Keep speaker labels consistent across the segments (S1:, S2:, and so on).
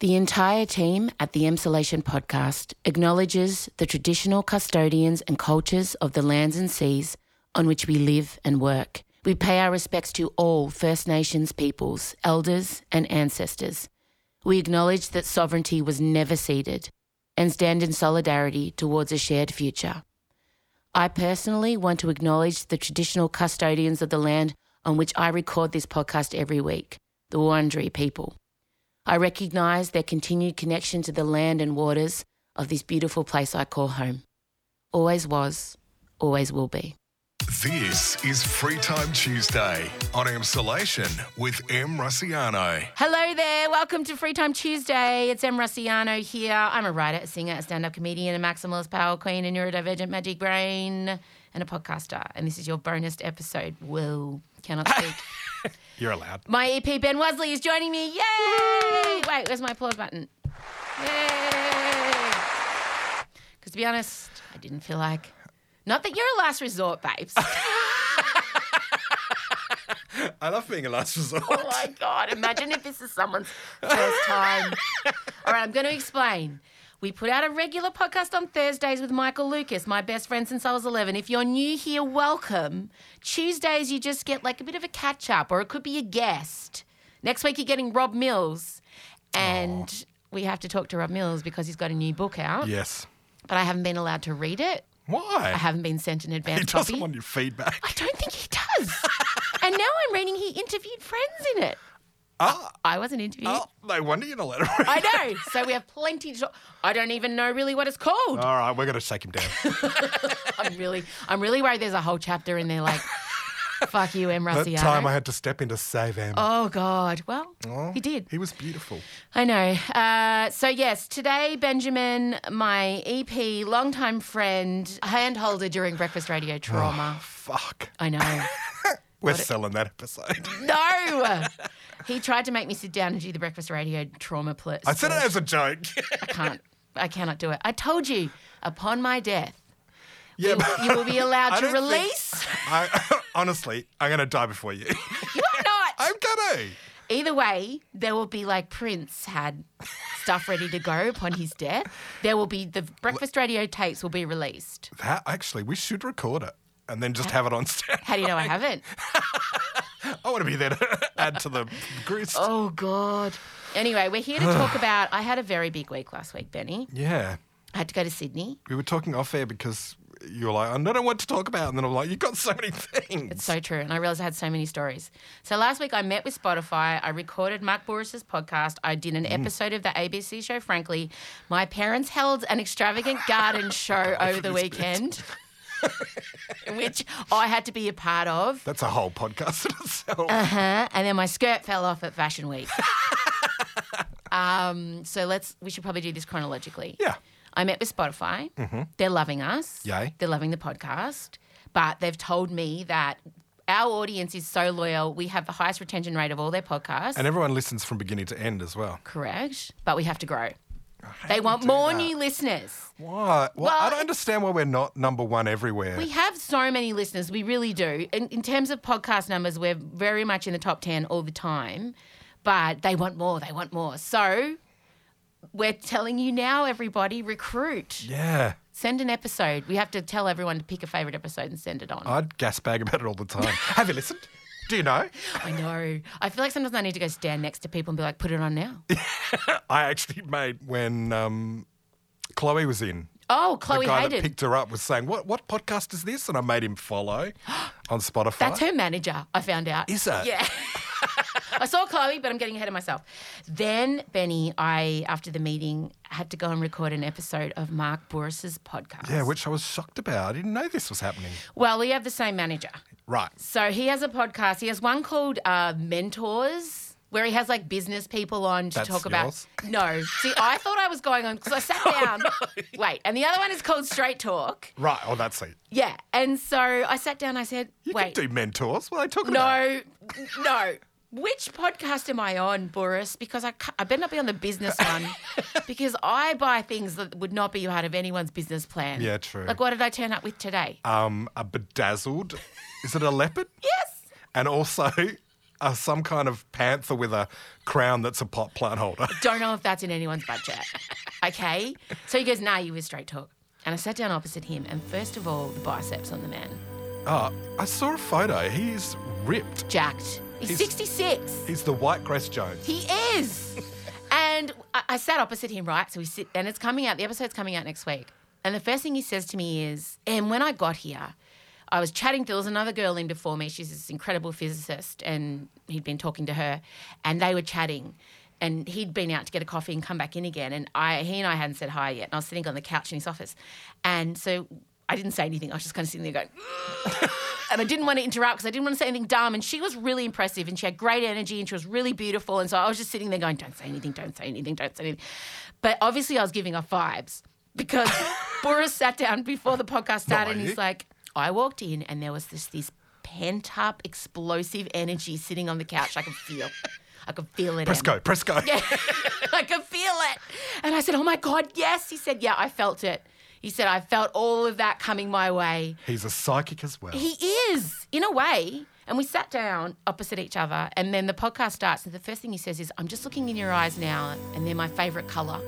S1: The entire team at the Emsolation podcast acknowledges the traditional custodians and cultures of the lands and seas on which we live and work. We pay our respects to all First Nations peoples, elders, and ancestors. We acknowledge that sovereignty was never ceded and stand in solidarity towards a shared future. I personally want to acknowledge the traditional custodians of the land on which I record this podcast every week, the Wurundjeri people. I recognise their continued connection to the land and waters of this beautiful place I call home. Always was, always will be.
S2: This is Free Time Tuesday on Emsolation with M. Rossiano.
S1: Hello there, welcome to Free Time Tuesday. It's Em Rossiano here. I'm a writer, a singer, a stand up comedian, a maximalist power queen, a neurodivergent magic brain, and a podcaster. And this is your bonus episode. Whoa, cannot speak.
S3: You're allowed.
S1: My EP Ben Wesley is joining me. Yay! Wait, where's my applause button? Yay! Because to be honest, I didn't feel like. Not that you're a last resort, babes. oh
S3: I love being a last resort.
S1: my God, imagine if this is someone's first time. All right, I'm going to explain. We put out a regular podcast on Thursdays with Michael Lucas, my best friend since I was 11. If you're new here, welcome. Tuesdays, you just get like a bit of a catch up, or it could be a guest. Next week, you're getting Rob Mills. And we have to talk to Rob Mills because he's got a new book out,
S3: Yes.
S1: but I haven't been allowed to read it.
S3: Why?
S1: I haven't been sent an
S3: he
S1: advance
S3: doesn't
S1: copy.
S3: want your feedback.
S1: I don't think he does. and now I'm reading he interviewed friends in it.
S3: Ah,
S1: I wasn't interviewed.
S3: oh, no wonder you're not allowed.
S1: I know. So we have plenty to talk. I don't even know really what it's called.
S3: All right, we're going to take him down.
S1: I'm really, I'm really worried. There's a whole chapter in there like, "Fuck you, M.
S3: that time I
S1: Rossiano."
S3: had to step in to save him.
S1: Oh God. Well, he did.
S3: He was beautiful.
S1: I know. Uh, so, yes, today, Benjamin, my EP, longtime friend, handholder during breakfast radio trauma.
S3: Oh. Fuck.
S1: I know.
S3: We're selling that episode.
S1: No! He tried to make me sit down and do the breakfast radio trauma plus.
S3: I said it as a joke.
S1: I can't. I cannot do it. I told you, upon my death,
S3: yeah,
S1: you, you will be allowed
S3: I
S1: to
S3: don't think-
S1: release.
S3: I, honestly, I'm going to die before you.
S1: You are not.
S3: I'm going
S1: Either way, there will be like Prince had stuff ready to go upon his death. There will be the breakfast radio tapes will be released.
S3: to. That actually, we should record it and then just have it on stand.
S1: How do you know I haven't?
S3: I want to be there to add to the grist.
S1: Oh God. Anyway, we're here to talk about. I had a very big week last week, Benny.
S3: Yeah.
S1: I had to go to Sydney.
S3: We were talking off air because you were like, I don't know what to talk about. And then I'm like, you've got so many things.
S1: It's so true, and I realized I had so many stories. So last week I met with Spotify. I recorded Mark Boris's podcast. I did an episode of the ABC show. Frankly, my parents held an extravagant garden show over the weekend, which I had to be a part of.
S3: That's a whole podcast in itself.
S1: Uh-huh. And then my skirt fell off at Fashion Week. um, so let's we should probably do this chronologically.
S3: yeah.
S1: I met with Spotify. They're loving us.
S3: Mm-hmm. Yay.
S1: They're loving the podcast. But they've told me that our audience is so loyal. We have the highest retention rate of all their podcasts.
S3: And everyone listens from beginning to end as well.
S1: Correct. But we have to grow. They
S3: do
S1: want
S3: you do
S1: more
S3: that?
S1: new listeners.
S3: Why? Well, I
S1: it's-
S3: don't understand why we're not number one everywhere.
S1: We have so many listeners. We really do. In, in terms of podcast numbers, we're very much in the top 10 all the time, but they want more. They want more. So we're telling you now, everybody, recruit.
S3: yeah.
S1: Send an episode. We have to tell everyone to pick a favorite episode and send it on.
S3: I'd gasbag about it all the time. have you listened? Do you know?
S1: I know. I feel like sometimes I need to go stand next to people and be like, put it on now.
S3: I actually made when um, Chloe was in.
S1: Oh,
S3: The
S1: Chloe
S3: guy
S1: Hayden.
S3: that picked her up was saying, "What what podcast is this?" And I made him follow on Spotify.
S1: That's her manager, I found out.
S3: Is it?
S1: Yeah. I saw Chloe, but I'm getting ahead of myself. Then, Benny, I, after the meeting, had to go and record an episode of Mark Boris's podcast.
S3: Yeah, which I was shocked about. I didn't know this was happening.
S1: Well, we have the same manager.
S3: Right.
S1: So he has a podcast. He has one called uh, Mentors, where he has like business people on to
S3: That's
S1: talk about.
S3: yours? Oh,
S1: No, see, I thought I was going on because I sat down. Wait, and the other one is called Straight Talk.
S3: Right. Oh, that's it.
S1: Yeah, and so I sat down. I said,
S3: You
S1: "Wait,
S3: can do mentors. What are they talking about?
S1: no, no." Which podcast am I on, Boris? Because I, ca- I better not be on the business one, because I buy things that would not be out of anyone's business plan.
S3: Yeah, true. Uh,
S1: Like, what did I turn up with today?
S3: Um, a bedazzled. is it a leopard?
S1: yes.
S3: And also uh, some kind of panther with a crown that's a pot plant holder.
S1: Don't know if that's in anyone's budget. Okay? So he goes, nah, you with straight talk. And I sat down opposite him, and first of all, the biceps on the man.
S3: Ah, I saw a photo. He's ripped.
S1: Jacked. He's,
S3: He's-
S1: 66.
S3: He's the White Grace Jones.
S1: He is. and I, I sat opposite him, right? So we sit, and it's coming out, the episode's coming out next week. And the first thing he says to me is, and when I got here, I was chatting to, there was another girl in before me. She's this incredible physicist, and he'd been talking to her, and they were chatting. And he'd been out to get a coffee and come back in again. And I, he and I hadn't said hi yet. And I was sitting on the couch in his office. And so I didn't say anything. I was just kind of sitting there going, and um, I didn't want to interrupt because I didn't want to say anything dumb. And she was really impressive and she had great energy and she was really beautiful. And so I was just sitting there going, don't say anything, don't say anything, don't say anything. But obviously, I was giving off vibes because Boris sat down before the podcast started and
S3: you.
S1: he's like, I walked in and there was this, this pent up, explosive energy sitting on the couch. I could feel. I could feel it. Em.
S3: Presco, Presco. Yeah.
S1: I could feel it. And I said, Oh my God, yes. He said, Yeah, I felt it. He said, I felt all of that coming my way.
S3: He's a psychic as well.
S1: He is, in a way. And we sat down opposite each other, and then the podcast starts. And the first thing he says is, I'm just looking in your eyes now, and they're my favorite color.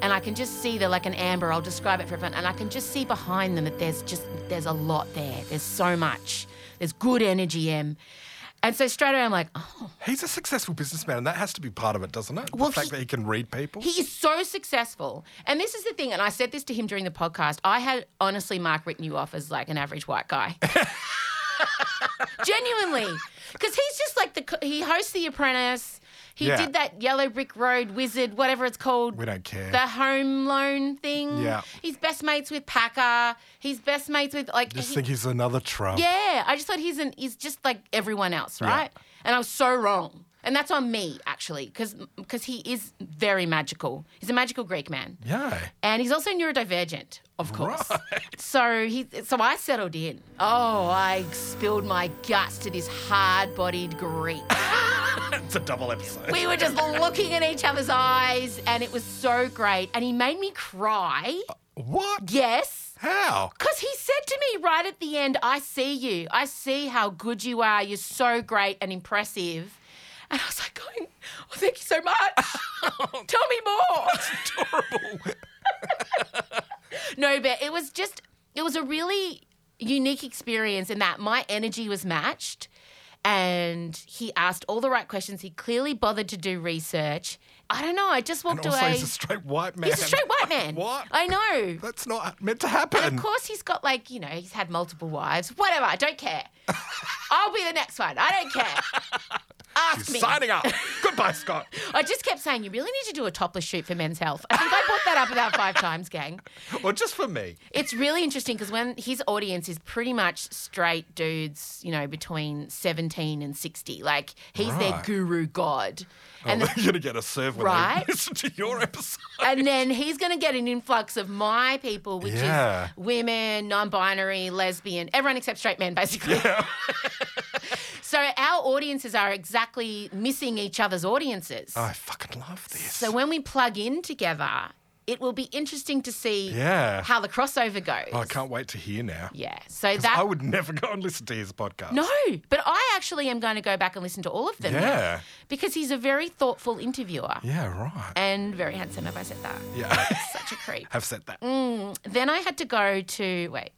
S1: And I can just see they're like an amber. I'll describe it for everyone. And I can just see behind them that there's just, there's a lot there. There's so much. There's good energy, Em. And so straight away, I'm like, oh,
S3: He's a successful businessman, and that has to be part of it, doesn't it?
S1: Well,
S3: the fact
S1: he-
S3: that he can read people.
S1: He is so successful. And this is the thing, and I said this to him during the podcast. I had honestly Mark written you off as like an average white guy. Genuinely. Because he's just like the, co- he hosts The Apprentice. He
S3: Yeah.
S1: did that Yellow Brick Road Wizard, whatever it's called.
S3: we don't care.
S1: The home loan thing.
S3: Yeah.
S1: He's best mates with Packer. He's best mates with like.
S3: Just
S1: he-
S3: think he's another Trump.
S1: yeah, I just thought he's an, he's just like everyone else, right? And I was so wrong. And that's on me actually cuz cuz he is very magical. He's a magical Greek man.
S3: Yeah.
S1: And he's also neurodivergent, of course.
S3: Right.
S1: So he so I settled in. Oh, I spilled my guts to this hard-bodied Greek.
S3: It's a double episode.
S1: We were just looking in each other's eyes and it was so great and he made me cry.
S3: what?
S1: Yes.
S3: How?
S1: Because he said to me right at the end, I see you. I see how good you are. You're so great and impressive. And I was like, going, well, thank you so much. Tell me more.
S3: Adorable.
S1: no, but it was just, it was a really unique experience in that my energy was matched and he asked all the right questions. He clearly bothered to do research. I don't know. I just
S3: And
S1: walked
S3: also,
S1: away.
S3: he's a straight white man.
S1: He's a straight white man.
S3: What?
S1: I know.
S3: That's not meant to
S1: And
S3: happen.
S1: of course, he's got like, you know, he's had multiple wives. Whatever, I don't care. I'll be the next one. I don't care. Ask me.
S3: Signing up. Goodbye, Scott.
S1: I just kept saying, you really need to do a topless shoot for men's health. I think I brought that up about five times, gang.
S3: Or just for me.
S1: It's really interesting because when his audience is pretty much straight dudes, you know, between 17 and 60, like he's their
S3: Right.
S1: guru god. And
S3: oh, they're going to get a serve when
S1: Right?
S3: they listen to your episode.
S1: and then he's going to get an influx of my people, which
S3: Yeah.
S1: is women, non-binary, lesbian, everyone except straight men, basically. so our audiences are exactly missing each other's audiences.
S3: I fucking love this.
S1: so when we plug in together, it will be interesting to see
S3: Yeah. Oh,
S1: how the crossover goes.
S3: I can't wait to hear now.
S1: Yeah. So
S3: 'Cause
S1: that
S3: I would never go and listen to his podcast.
S1: no, but I actually am going to go back and listen to all of them. now,
S3: Yeah.
S1: because he's a very thoughtful interviewer
S3: Yeah, right.
S1: and very handsome. Have I said that?
S3: yeah.
S1: Such a creep.
S3: Have said that.
S1: Mm. Then I had to go to wait.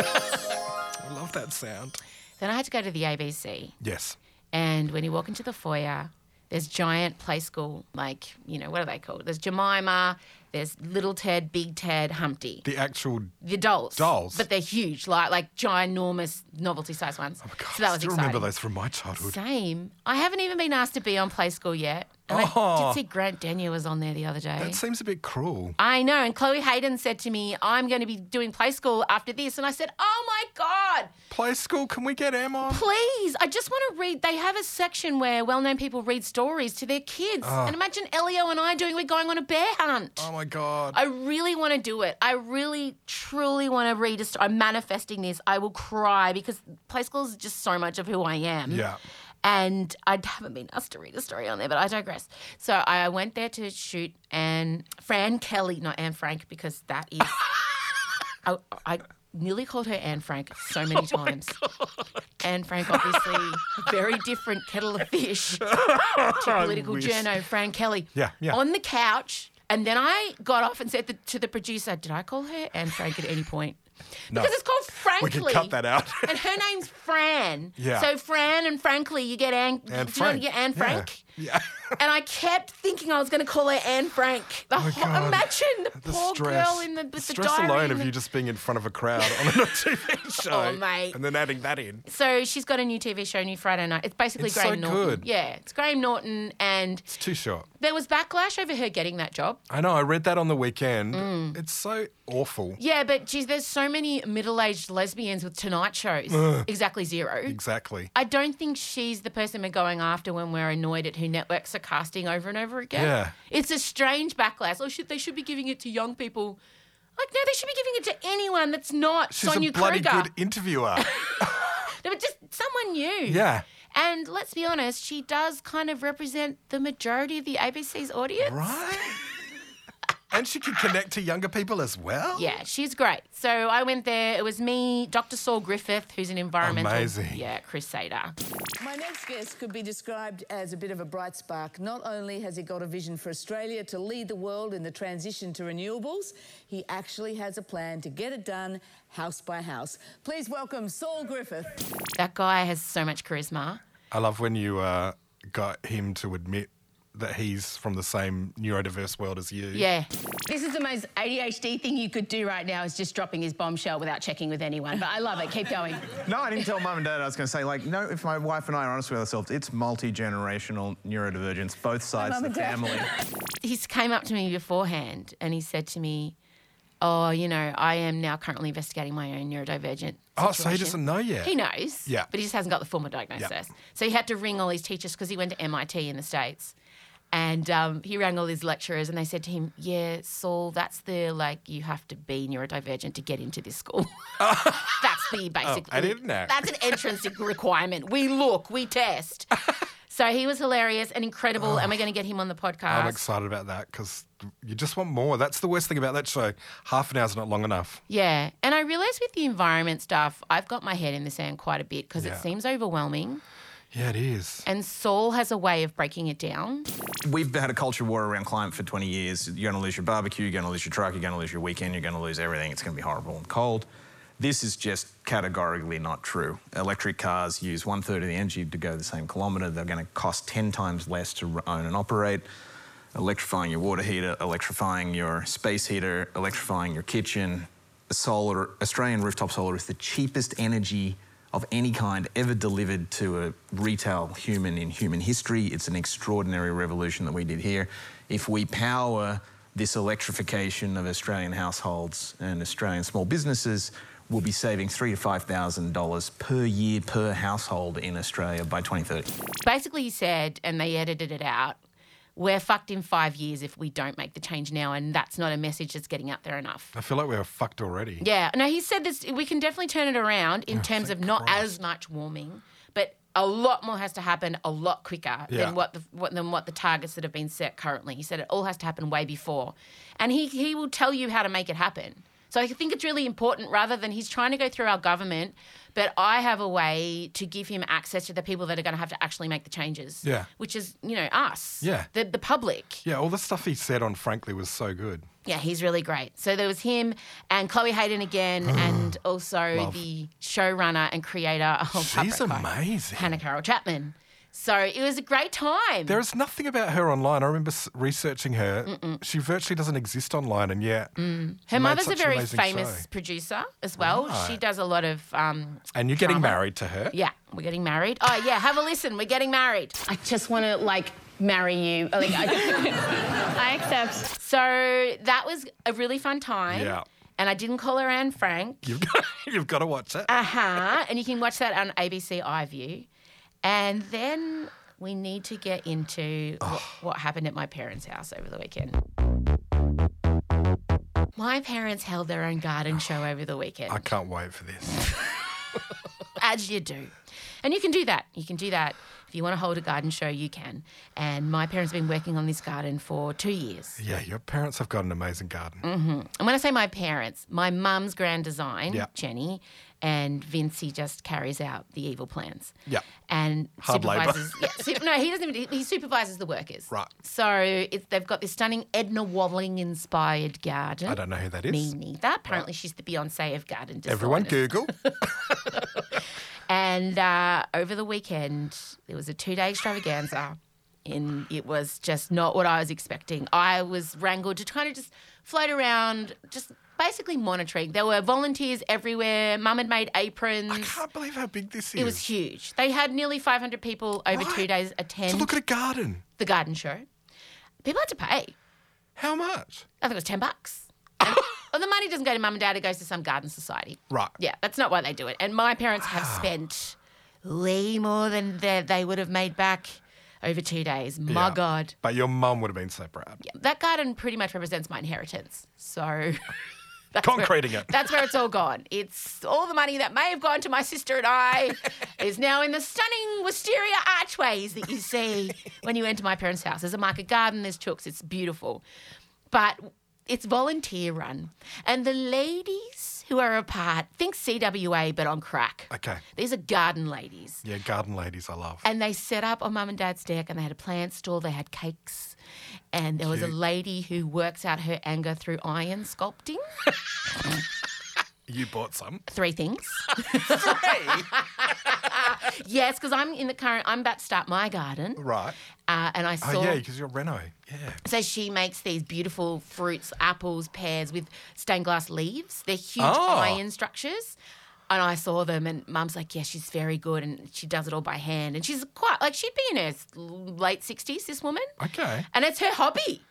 S3: I love that sound.
S1: Then I had to go to the ABC.
S3: Yes.
S1: And when you walk into the foyer, there's giant play school, like, you know, what are they called? There's Jemima, there's Little Ted, Big Ted, Humpty.
S3: The actual.
S1: The dolls.
S3: Dolls.
S1: But they're huge, like like ginormous novelty size ones.
S3: God,
S1: so that was
S3: Oh I still
S1: exciting.
S3: remember those from my childhood.
S1: Same. I haven't even been asked to be on play school yet. And I
S3: Oh.
S1: did see Grant Daniel was on there the other day.
S3: That seems a bit cruel.
S1: I know. And Chloe Hayden said to me, I'm going to be doing play school after this. And I said, Oh my God.
S3: Play school, can we get Em on?
S1: Please, I just want to read. They have a section where well-known people read stories to their kids, and imagine Elio and I doing. We're going on a bear hunt.
S3: Oh my God.
S1: I really want to do it. I really, truly want to read a story. I'm manifesting this. I will cry because play school is just so much of who I am.
S3: Yeah.
S1: And I haven't been asked to read a story on there, but I digress. So I went there to shoot Anne Fran Kelly, not Anne Frank, because that is. I, I nearly called her Anne Frank so many
S3: Oh
S1: times. Anne Frank, obviously, very different kettle of fish to political
S3: wish.
S1: journo Frank Kelly.
S3: Yeah, yeah.
S1: On the couch. And then I got off and said th- to the producer, Did I call her Anne Frank at any point?
S3: No.
S1: Because it's called
S3: We
S1: Frankly.
S3: can cut that out.
S1: and her name's Fran.
S3: Yeah.
S1: So Fran and Frankly, you get Anne. do
S3: Anne
S1: you know,
S3: Frank.
S1: you get Anne
S3: Yeah.
S1: Frank.
S3: Yeah.
S1: And I kept thinking I was going to call her Anne Frank. The whole,
S3: Oh God.
S1: imagine the,
S3: The
S1: poor
S3: stress.
S1: girl in the, with
S3: the
S1: the
S3: stress
S1: diary
S3: alone
S1: and
S3: of
S1: the-
S3: you just being in front of a crowd on a TV show.
S1: Oh, mate.
S3: And then adding that in.
S1: So she's got a new TV show, new Friday night. It's basically
S3: It's
S1: Graham
S3: so
S1: Norton.
S3: good.
S1: Yeah, it's Graham Norton, and
S3: It's too short.
S1: there was backlash over her getting that job.
S3: I know. I read that on the weekend. It's so awful.
S1: Mm. Yeah, but geez, there's so many middle-aged lesbians with Tonight shows. Exactly zero.
S3: Exactly.
S1: I don't think she's the person we're going after when we're annoyed at who networks are casting over and over again.
S3: Yeah.
S1: It's a strange backlash. Oh, should, they should be giving it to young people. Like, no, they should be giving it to anyone that's not
S3: She's
S1: Sonia
S3: a bloody
S1: Kruger.
S3: good interviewer.
S1: No, but just someone new.
S3: Yeah.
S1: And let's be honest, she does kind of represent the majority of the ABC's audience.
S3: right? and she can connect to younger people as well.
S1: Yeah, she's great. So I went there. It was me, Dr. Saul Griffith, who's an environmental
S3: Amazing.
S1: yeah crusader.
S4: My next guest could be described as a bit of a bright spark. Not only has he got a vision for Australia to lead the world in the transition to renewables, he actually has a plan to get it done house by house. Please welcome Saul Griffith.
S1: That guy has so much charisma.
S3: I love when you uh, got him to admit that he's from the same neurodiverse world as you.
S1: Yeah.
S5: This is the most ADHD thing you could do right now is just dropping his bombshell without checking with anyone. But I love it. Keep going.
S6: No, I didn't tell mum and dad I was going to say, like, no, if my wife and I are honest with ourselves, it's multi generational neurodivergence, both sides of the family.
S1: He came up to me beforehand and he said to me, Oh, you know, I am now currently investigating my own neurodivergent.
S3: Oh, so he
S1: situation."
S3: doesn't know yet.
S1: He knows.
S3: Yeah.
S1: But he just hasn't got the formal diagnosis. So he had to ring all his teachers because he went to MIT in the States. And um, he rang all his lecturers and they said to him, Yeah, Saul, that's the like, you have to be neurodivergent to get into this school. that's the basic.
S3: I Oh, didn't know.
S1: That's an entrance requirement. We look, we test. so he was hilarious and incredible. And we're going to get him on the podcast.
S3: I'm excited about that because you just want more. That's the worst thing about that show. Half an hour's not long enough.
S1: Yeah. And I realized with the environment stuff, I've got my head in the sand quite a bit because
S3: Yeah.
S1: it seems overwhelming.
S3: Yeah, it is.
S1: And Saul has a way of breaking it down.
S6: We've had a culture war around climate for 20 years. You're going to lose your barbecue, you're going to lose your truck, you're going to lose your weekend, you're going to lose everything. It's going to be horrible and cold. This is just categorically not true. Electric cars use one third of the energy to go the same kilometre. They're going to cost 10 times less to r- own and operate. Electrifying your water heater, electrifying your space heater, electrifying your kitchen. Solar, Australian rooftop solar is the cheapest energy of any kind ever delivered to a retail human in human history. It's an extraordinary revolution that we did here. If we power this electrification of Australian households and Australian small businesses, we'll be saving three to five thousand dollars per year per household in Australia by 2030.
S1: basically he said, and they edited it out, we're fucked in five years if we don't make the change now, and that's not a message that's getting out there enough.
S3: I feel like we were fucked already.
S1: Yeah, no, he said this. We can definitely turn it around in terms of not as much warming, but a lot more has to happen a lot quicker
S3: Yeah.
S1: than what the what, than what the targets that have been set currently. He said it all has to happen way before, and he he will tell you how to make it happen. So I think it's really important rather than he's trying to go through our government, but I have a way to give him access to the people that are going to have to actually make the changes.
S3: Yeah.
S1: which is you know us.
S3: Yeah.
S1: the the public.
S3: Yeah, all the stuff he said on Frankly was so good.
S1: Yeah, he's really great. So there was him and Chloe Hayden again, and also the showrunner and creator of
S3: She's
S1: Paprika,
S3: amazing.
S1: Hannah Carol Chapman. So it was a great time.
S3: There is nothing about her online. I remember s- researching her. She virtually doesn't exist online, and yet.
S1: Mm. Her
S3: made
S1: mother's a
S3: such an
S1: very
S3: amazing
S1: famous
S3: show.
S1: producer as well. She does a lot of. Um,
S3: And you're getting
S1: drama.
S3: married to her.
S1: Yeah, we're getting married. Oh yeah, have a listen. We're getting married.
S5: I just want to like marry you. Oh, Like, I, I accept.
S1: So that was a really fun time.
S3: Yeah.
S1: And I didn't call her Anne Frank.
S3: You've got, you've got to watch it.
S1: Uh-huh. and you can watch that on ABC iView. And then we need to get into what, what happened at my parents' house over the weekend. My parents held their own garden show over the weekend.
S3: I can't wait for this.
S1: as you do. And you can do that. You can do that. If you want to hold a garden show, you can. And my parents have been working on this garden for two years.
S3: Yeah, your parents have got an amazing garden.
S1: And when I say my parents, my mum's grand design,
S3: Yeah.
S1: Jenny, and Vincey just carries out the evil plans.
S3: Yeah.
S1: And
S3: Hard labour.
S1: supervises. yeah, su- no, he doesn't. Even, he supervises the workers.
S3: Right.
S1: So it's, they've got this stunning Edna Walling inspired garden.
S3: I don't know who that is.
S1: Me neither. Apparently, she's the Beyonce of garden design.
S3: Everyone Google.
S1: And uh, over the weekend, there was a two day extravaganza. And it was just not what I was expecting. I was wrangled to kind of just float around, just basically monitoring. There were volunteers everywhere. Mum had made aprons.
S3: I can't believe how big this is.
S1: It was huge. They had nearly 500 people over
S3: Right.
S1: two days attend
S3: To look at a garden.
S1: the garden show. People had to pay.
S3: How much?
S1: I think it was 10 bucks. And, well, the money doesn't go to mum and dad, it goes to some garden society.
S3: Right.
S1: Yeah, that's not why they do it. And my parents have spent way more than they, they would have made back over two days. My
S3: Yeah.
S1: God.
S3: But your mum would have been so proud.
S1: That garden pretty much represents my inheritance. So. that's where-
S3: Concreting it.
S1: That's where it's all gone. It's all the money that may have gone to my sister and I is now in the stunning wisteria archways that you see when you enter my parents' house. There's a market garden, there's chooks, it's beautiful. But it's volunteer run. And the ladies who are a part, think CWA, but on crack.
S3: Okay.
S1: These are garden ladies.
S3: Yeah, garden ladies, I love.
S1: And they set up on mum and dad's deck and they had a plant store, they had cakes. And there was a
S3: Cute.
S1: lady who works out her anger through iron sculpting.
S3: you bought some.
S1: Three things. Three? yes, because I'm in the current, I'm about to start my garden.
S3: Right.
S1: Uh, and I
S3: Oh,
S1: saw.
S3: yeah, because you're Reno. Yeah.
S1: So she makes these beautiful fruits, apples, pears with stained glass leaves. They're huge
S3: Oh.
S1: iron structures. And I saw them, and mum's like, yeah, she's very good. And she does it all by hand. And she's quite, like, she'd be in her s- late 60s, this woman.
S3: Okay.
S1: And it's her hobby.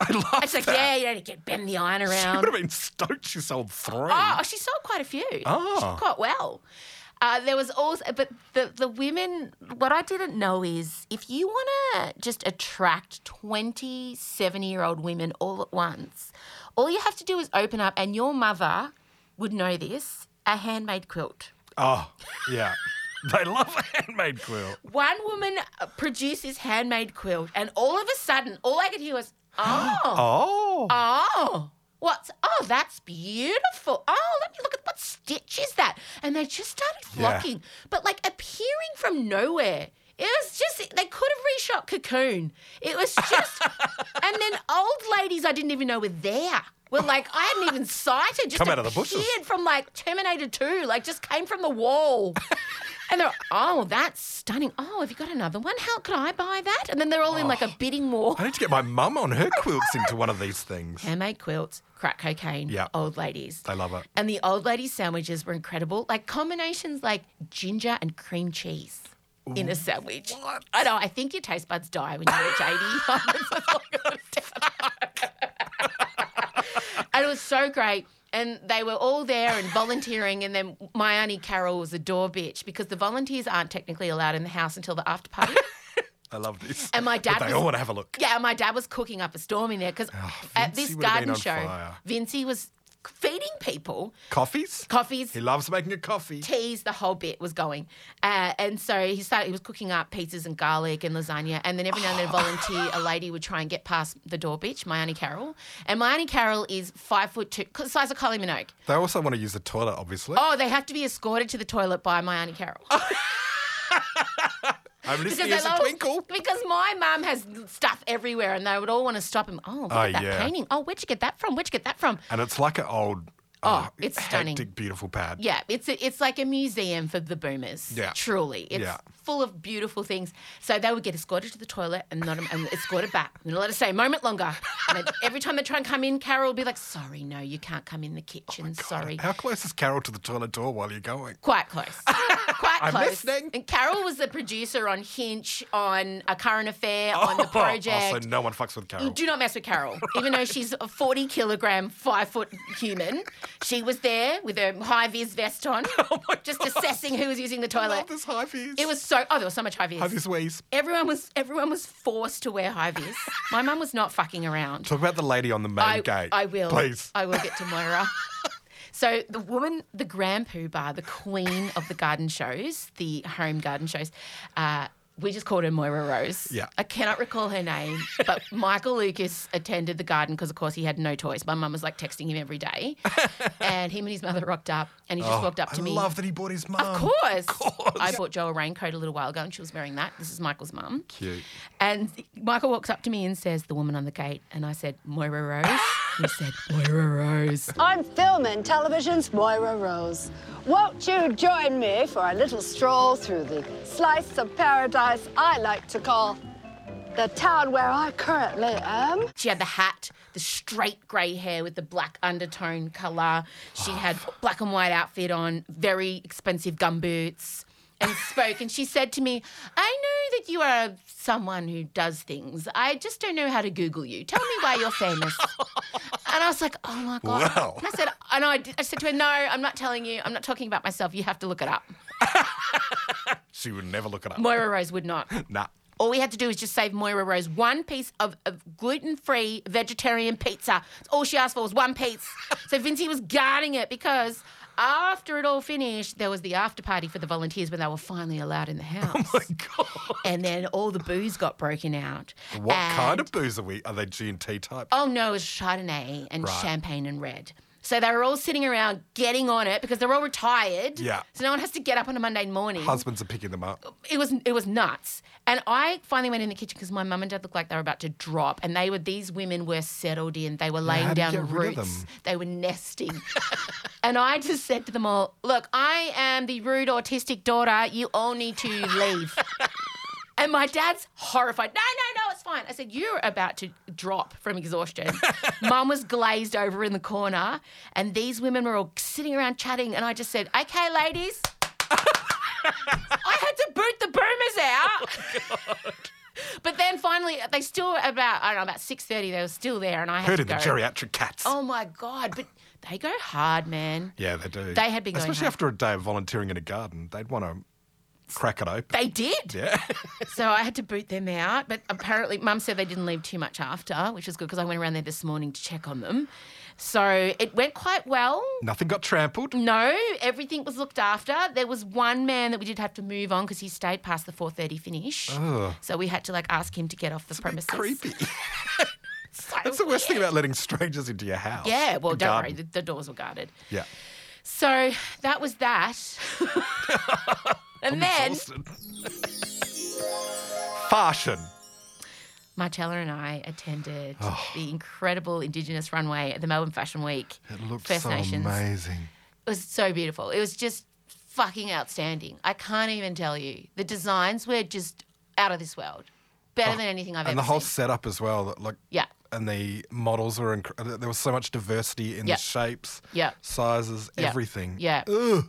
S3: I love
S1: It's like,
S3: that.
S1: yeah, you don't get bend the iron
S3: She would
S1: around.
S3: have been stoked she sold three.
S1: Oh, she sold quite a few.
S3: Oh.
S1: She did quite well. Uh, there was also, but the, the women, what I didn't know is if you want to just attract 20, 70 year old women all at once, all you have to do is open up, and your mother would know this a handmade quilt.
S3: Oh, yeah. they love a handmade quilt.
S1: One woman uh, produces handmade quilt, and all of a sudden, all I could hear was, oh.
S3: Oh.
S1: Oh, what's oh, that's beautiful. Oh, let me look at what stitch is that? And they just started
S3: Yeah.
S1: flocking, but like appearing from nowhere. It was just they could have reshot Cocoon. It was just, and then old ladies I didn't even know were there. Were like I hadn't even sighted. Just
S3: Come out of the bushes.
S1: appeared from like Terminator Two. Like just came from the wall. And they're, oh, that's stunning. Oh, have you got another one? How could I buy that? And then they're all in like
S3: Oh.
S1: a bidding war.
S3: I need to get my mum on her quilts into one of these things.
S1: Handmade quilts, crack cocaine,
S3: Yeah.
S1: old ladies.
S3: They love it.
S1: And the old lady sandwiches were incredible. Like combinations like ginger and cream cheese in a sandwich.
S3: What?
S1: I know, I think your taste buds die when you reach 80. and it was so great. And they were all there and volunteering. And then my auntie Carol was a door bitch because the volunteers aren't technically allowed in the house until the after party.
S3: I love this.
S1: And my dad
S3: But they
S1: was-
S3: all want to have a look.
S1: Yeah, my dad was cooking up a storm in there because at this
S3: Vincey would have been
S1: garden
S3: on
S1: show,
S3: fire.
S1: Vincey was feeding people
S3: Coffees?
S1: coffees,
S3: He loves making a coffee.
S1: teas, the whole bit was going. Uh, and so he started, he was cooking up pizzas and garlic and lasagna. And then every now and then, a volunteer, a lady would try and get past the door bitch, my Auntie Carol. And my Auntie Carol is five foot two, size of Kylie Minogue.
S3: They also want to use the toilet, obviously.
S1: Oh, they have to be escorted to the toilet by my Auntie Carol.
S3: I'm listening
S1: Because
S3: as
S1: they
S3: a
S1: love-
S3: twinkle.
S1: Because my mum has stuff everywhere, and they would all want to stop him. Oh, look
S3: Oh,
S1: at that
S3: yeah.
S1: painting. Oh, where'd you get that from? Where'd you get that from?
S3: And it's like an old,
S1: Oh,
S3: oh,
S1: it's stunning.
S3: hectic, beautiful pad.
S1: Yeah, it's a, it's like a museum for the boomers.
S3: Yeah.
S1: truly, it's
S3: Yeah.
S1: full of beautiful things. So they would get escorted to the toilet and not and escorted back. And let us say a moment longer. And then every time they try and come in, Carol would be like, "Sorry, no, you can't come in the kitchen. Sorry."
S3: Oh How close is Carol to the toilet door while you're going?
S1: Quite close. Quite
S3: I'm
S1: close.
S3: listening.
S1: And Carol was the producer on Hinch, on A Current Affair, on The
S3: Oh,
S1: Project.
S3: so no one fucks with Carol.
S1: Do not mess with Carol. Even though she's a 40 kilogram, five foot human, she was there with her high vis vest on, just assessing who was using the
S3: Oh I
S1: toilet.
S3: love this high vis.
S1: It was so, oh, there was so much high vis.
S3: high vis wheeze.
S1: Everyone was everyone was forced to wear high vis. My mum was not fucking around.
S3: Talk about the lady on the main
S1: I,
S3: gate.
S1: I will.
S3: Please.
S1: I will get to Moira. So the woman, the grand bar, the queen of the garden shows, the home garden shows, uh, we just called her Moira Rose.
S3: Yeah.
S1: I cannot recall her name, but Michael Lucas attended the garden because, of course, he had no toys. My mum was like texting him every day, and him and his mother rocked up, and he just walked up
S3: Oh, I
S1: to me.
S3: love that he bought his mum.
S1: Of course. I bought Joe a raincoat a little while ago and she was wearing that. This is Michael's mum.
S3: Cute.
S1: And Michael walks up to me and says, The woman on the gate. And I said, Moira Rose. he said, Moira Rose.
S7: I'm filming television's Moira Rose. Won't you join me for a little stroll through the slice of paradise I like to call the town where I currently am?
S1: She had the hat, the straight grey hair with the black undertone colour. She had black and white outfit on, very expensive gum boots. And spoke, and she said to me, I know that you are someone who does things. I just don't know how to Google you. Tell me why you're famous. and I was like, oh my God.
S3: Wow.
S1: And I said, and I, did- I said to her, no, I'm not telling you. I'm not talking about myself. You have to look it up.
S3: She would never look it up.
S1: Moira Rose would not.
S3: nah.
S1: All we had to do was just save Moira Rose one piece of, of gluten free vegetarian pizza. That's all she asked for was one piece. so Vincey was guarding it because after it all finished, there was the after party for the volunteers when they were finally allowed in the house. Oh my God. And then all the booze got broken out.
S3: What
S1: And-
S3: kind of booze are we? Are they G and T type?
S1: Oh no, it was Chardonnay and
S3: Right.
S1: champagne and red. So they were all sitting around getting on it because they're all retired.
S3: Yeah.
S1: So no one has to get up on a Monday morning
S3: Husbands are picking them up.
S1: it was it was nuts. And I finally went in the kitchen because my mum and dad looked like they were about to drop, and they were these women were settled in. They were laying
S3: how do you
S1: down
S3: get rid of
S1: roots.
S3: them?
S1: They were nesting. and I just said to them all, "Look, I am the rude autistic daughter. You all need to leave." And my dad's horrified. No, no, no, it's fine. I said, You're about to drop from exhaustion. Mum was glazed over in the corner, and these women were all sitting around chatting. And I just said, Okay, ladies, I had to boot the boomers out.
S3: Oh,
S1: but then finally, they still about I don't know about six thirty. They were still there, and I had
S3: Herding
S1: to
S3: the
S1: go.
S3: geriatric cats.
S1: Oh my god! But they go hard, man.
S3: Yeah, they do.
S1: They had been going
S3: Especially
S1: hard.
S3: after a day of volunteering in a garden, they'd want to crack it open.
S1: They did.
S3: yeah.
S1: So I had to boot them out. But apparently, Mum said they didn't leave too much after, which was good because I went around there this morning to check on them. So it went quite well.
S3: Nothing got trampled.
S1: No, everything was looked after. There was one man that we did have to move on because he stayed past the 4:30 finish. So we had to like ask him to get off the premises.
S3: Creepy.
S1: So
S3: That's the worst thing
S1: weird.
S3: about letting strangers into your house.
S1: Yeah, well,
S3: The
S1: don't worry,
S3: garden.
S1: the, the doors were guarded.
S3: Yeah.
S1: So that was that. and then
S3: Exhausted. Fashion.
S1: Marcella and I attended
S3: Oh.
S1: the incredible Indigenous runway at the Melbourne Fashion Week.
S3: It looked
S1: First
S3: so
S1: Nations.
S3: amazing.
S1: It was so beautiful. It was just fucking outstanding. I can't even tell you. The designs were just out of this world. Better than anything I've
S3: Oh, and
S1: ever
S3: the whole
S1: seen.
S3: setup as well. That like
S1: Yeah.
S3: And the models were incredible. There was so much diversity in
S1: Yeah.
S3: the shapes,
S1: Yeah.
S3: sizes,
S1: Yeah.
S3: everything.
S1: Yeah.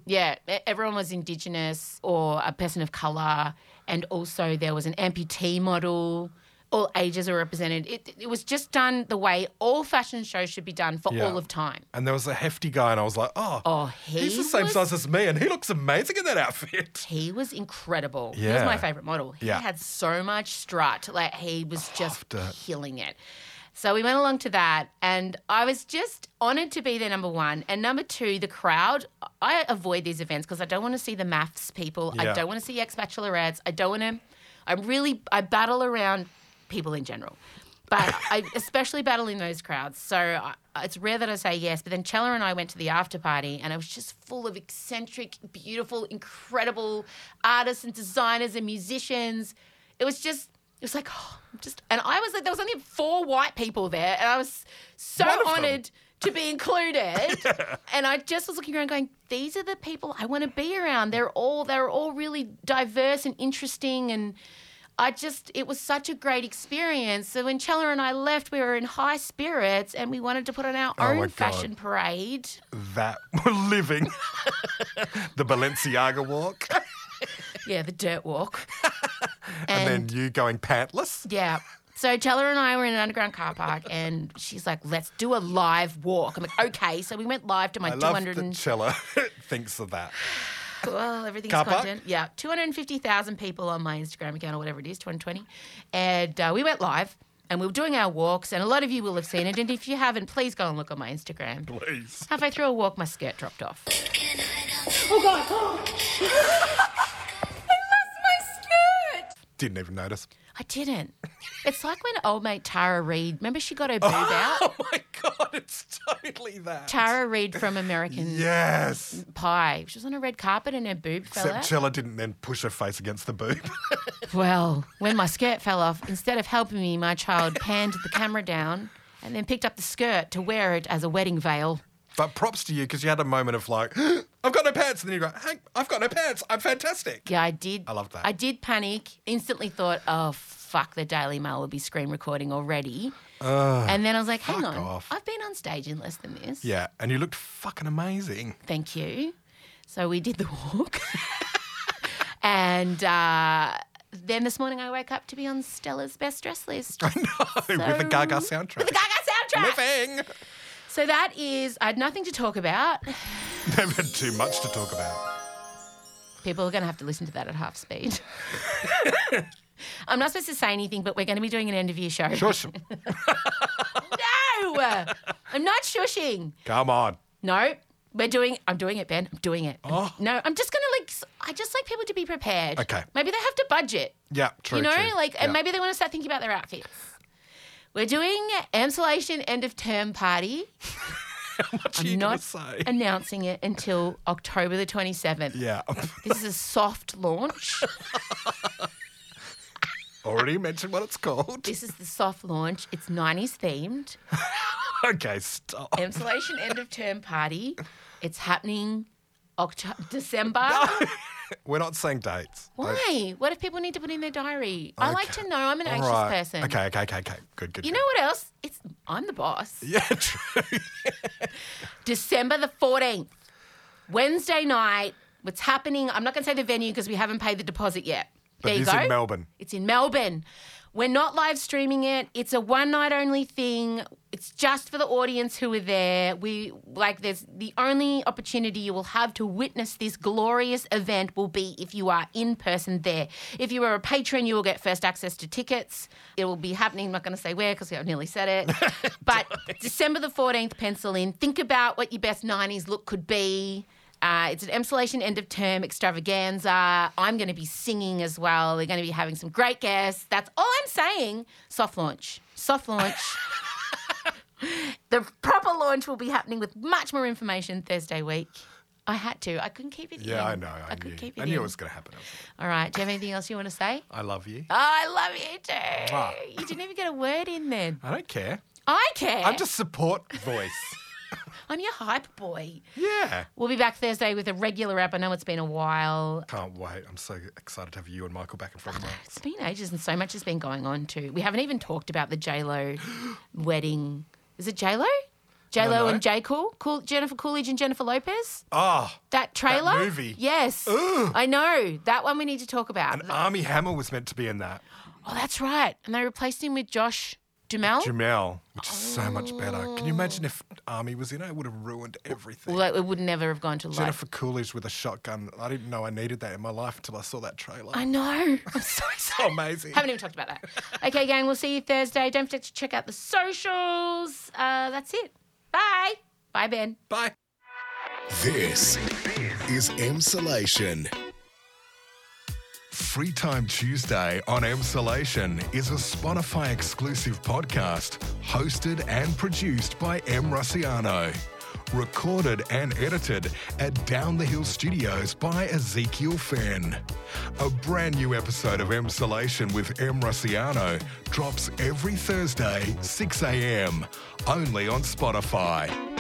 S1: Yeah. E- Everyone was Indigenous or a person of colour. And also there was an amputee model. All ages are represented. It, it was just done the way all fashion shows should be done for
S3: Yeah.
S1: all of time.
S3: And there was a hefty guy, and I was like, oh,
S1: Oh,
S3: he's
S1: he
S3: the same
S1: was-
S3: size as me, and he looks amazing in that outfit.
S1: He was incredible. He was
S3: Yeah.
S1: my favourite model. He
S3: Yeah.
S1: had so much strut. Like he was just
S3: Loved it.
S1: killing it. So we went along to that and I was just honoured to be there, number one. And number two, the crowd. I avoid these events because I don't want to see the maths people. I
S3: Yeah.
S1: don't want to see ex-bachelorettes. I don't want to I really I battle around people in general. But I especially battle in those crowds. So I, it's rare that I say yes. But then Chella and I went to the after party and I was just full of eccentric, beautiful, incredible artists and designers and musicians. It was just, it was like, oh, I'm just, and I was like, there was only four white people there and I was so
S3: One of them.
S1: honored to be included. And I just was looking around going, these are the people I want to be around. They're all they're all really diverse and interesting and I just it was such a great experience. So when Chella and I left, we were in high spirits and we wanted to put on our
S3: Oh my
S1: own
S3: God.
S1: fashion parade.
S3: That living the Balenciaga walk,
S1: Yeah, the dirt walk.
S3: and, then you going pantless.
S1: Yeah. So Chella and I were in an underground car park, and she's like, "Let's do a live walk." I'm like, "Okay." So we went live to my
S3: I love
S1: 200
S3: that
S1: and
S3: Cella thinks of that.
S1: well, everything's
S3: Car park?
S1: content. Yeah, 250,000 people on my Instagram account or whatever it is, 220. And uh, we went live. and we were doing our walks, and a lot of you will have seen it. And if you haven't, please go and look on my Instagram. Please. Halfway through a walk, my skirt dropped off.
S7: Oh, God. I lost my skirt.
S3: Didn't even notice.
S1: I didn't. It's like when old mate Tara Reid, remember she got her boob out?
S3: my god, it's totally that.
S1: Tara Reid from American
S3: Yes.
S1: Pie. She was on a red carpet and her boob fell
S3: Except
S1: out.
S3: Chella didn't then push her face against the boob.
S1: Well, when my skirt fell off, instead of helping me, my child panned the camera down and then picked up the skirt to wear it as a wedding veil.
S3: but props to you because you had a moment of like, I've got no pants, and then you go, Hank, I've got no pants. I'm fantastic.
S1: Yeah, I did. I
S3: loved that.
S1: I did panic. Instantly thought, oh fuck, the Daily Mail will be screen recording already. and then I was like, hang on,
S3: off.
S1: I've been on stage in less than this.
S3: Yeah, and you looked fucking amazing.
S1: Thank you. So we did the walk, and uh, then this morning I woke up to be on Stella's best dress list.
S3: I know, with the Gaga soundtrack.
S1: The Gaga soundtrack.
S3: Living.
S1: So that is, I had nothing to talk about.
S3: Never too much to talk about.
S1: People are going to have to listen to that at half speed. I'm not supposed to say anything, but we're going to be doing an end of year show.
S3: Shush.
S1: No, I'm not shushing.
S3: Come on.
S1: No, we're doing. I'm doing it, Ben. I'm doing it. No, I'm just gonna like. s- I just like people to be prepared.
S3: Oh. Okay.
S1: Maybe they have to budget.
S3: Yeah, true.
S1: you know,
S3: true.
S1: like,
S3: Yeah.
S1: and maybe they want to start thinking about their outfits. We're doing Amsolation end of term party.
S3: what are
S1: I'm
S3: you gonna
S1: not
S3: say?
S1: announcing it until October the 27th.
S3: Yeah,
S1: This is a soft launch.
S3: already mentioned what it's called.
S1: this is the soft launch. It's 90s themed.
S3: Okay, stop.
S1: Amsolation end of term party. It's happening October, December.
S3: We're not saying dates.
S1: Why? What if people need to put in their diary? I like
S3: Okay.
S1: to know. I'm an
S3: All
S1: anxious
S3: right.
S1: person.
S3: Okay, okay, okay, okay. Good, good.
S1: You
S3: good.
S1: know what else? It's I'm the boss.
S3: Yeah, true.
S1: December the 14th, Wednesday night. What's happening? I'm not going to say the venue because we haven't paid the deposit yet.
S3: But
S1: there you
S3: it's
S1: go.
S3: in Melbourne.
S1: It's in Melbourne. We're not live streaming it. It's a one night only thing. It's just for the audience who are there. We like there's the only opportunity you will have to witness this glorious event will be if you are in person there. If you are a patron, you will get first access to tickets. It will be happening. I'm not going to say where because I've nearly said it. but December the 14th, pencil in. Think about what your best 90s look could be. Uh, it's an emsolation end of term extravaganza. I'm going to be singing as well. We're going to be having some great guests. That's all I'm saying. Soft launch. Soft launch. the proper launch will be happening with much more information Thursday week. I had to. I couldn't keep it in.
S3: Yeah, I know. I,
S1: couldn't
S3: knew.
S1: keep it
S3: I knew
S1: in.
S3: it was going to happen. I was like,
S1: All right. Do you have anything else you want to say?
S3: I love you.
S1: Oh, I love you too.
S3: Mwah.
S1: You didn't even get a word in then.
S3: I don't care.
S1: I care.
S3: I'm just support voice.
S1: I'm your hype boy.
S3: yeah.
S1: We'll be back Thursday with a regular app. I know it's been a while.
S3: Can't wait. I'm so excited to have you and Michael back in front of me.
S1: It's been ages and so much has been going on too. We haven't even talked about the JLo wedding. Is it JLo? JLo
S3: No, no.
S1: and J. Cool? cool? Jennifer Coolidge and Jennifer Lopez?
S3: Ah,
S1: That trailer?
S3: movie.
S1: Yes. I know. That one we need to talk about.
S3: and Army Hammer was meant to be in that.
S1: oh, that's right. And they replaced him with Josh Duhamel.
S3: Jamel, which is so much better. Can you
S1: Oh.
S3: imagine if Army was in it? It would have ruined everything.
S1: well, it would never have gone to life.
S3: Jennifer Coolidge with a shotgun. I didn't know I needed that in my life until I saw that trailer.
S1: I know. I'm so
S3: so
S1: excited.
S3: amazing.
S1: Haven't even talked about that. Okay, gang, we'll see you Thursday. Don't forget to check out the socials. Uh, that's it. Bye. Bye, Ben.
S3: Bye.
S2: This is Emsolation. Free Time Tuesday on Emsolation is a Spotify exclusive podcast hosted and produced by M. Rossiano. Recorded and edited at Down the Hill Studios by Ezekiel Fenn. A brand new episode of Emsolation with M. Rossiano drops every Thursday, 6 a.m., only on Spotify.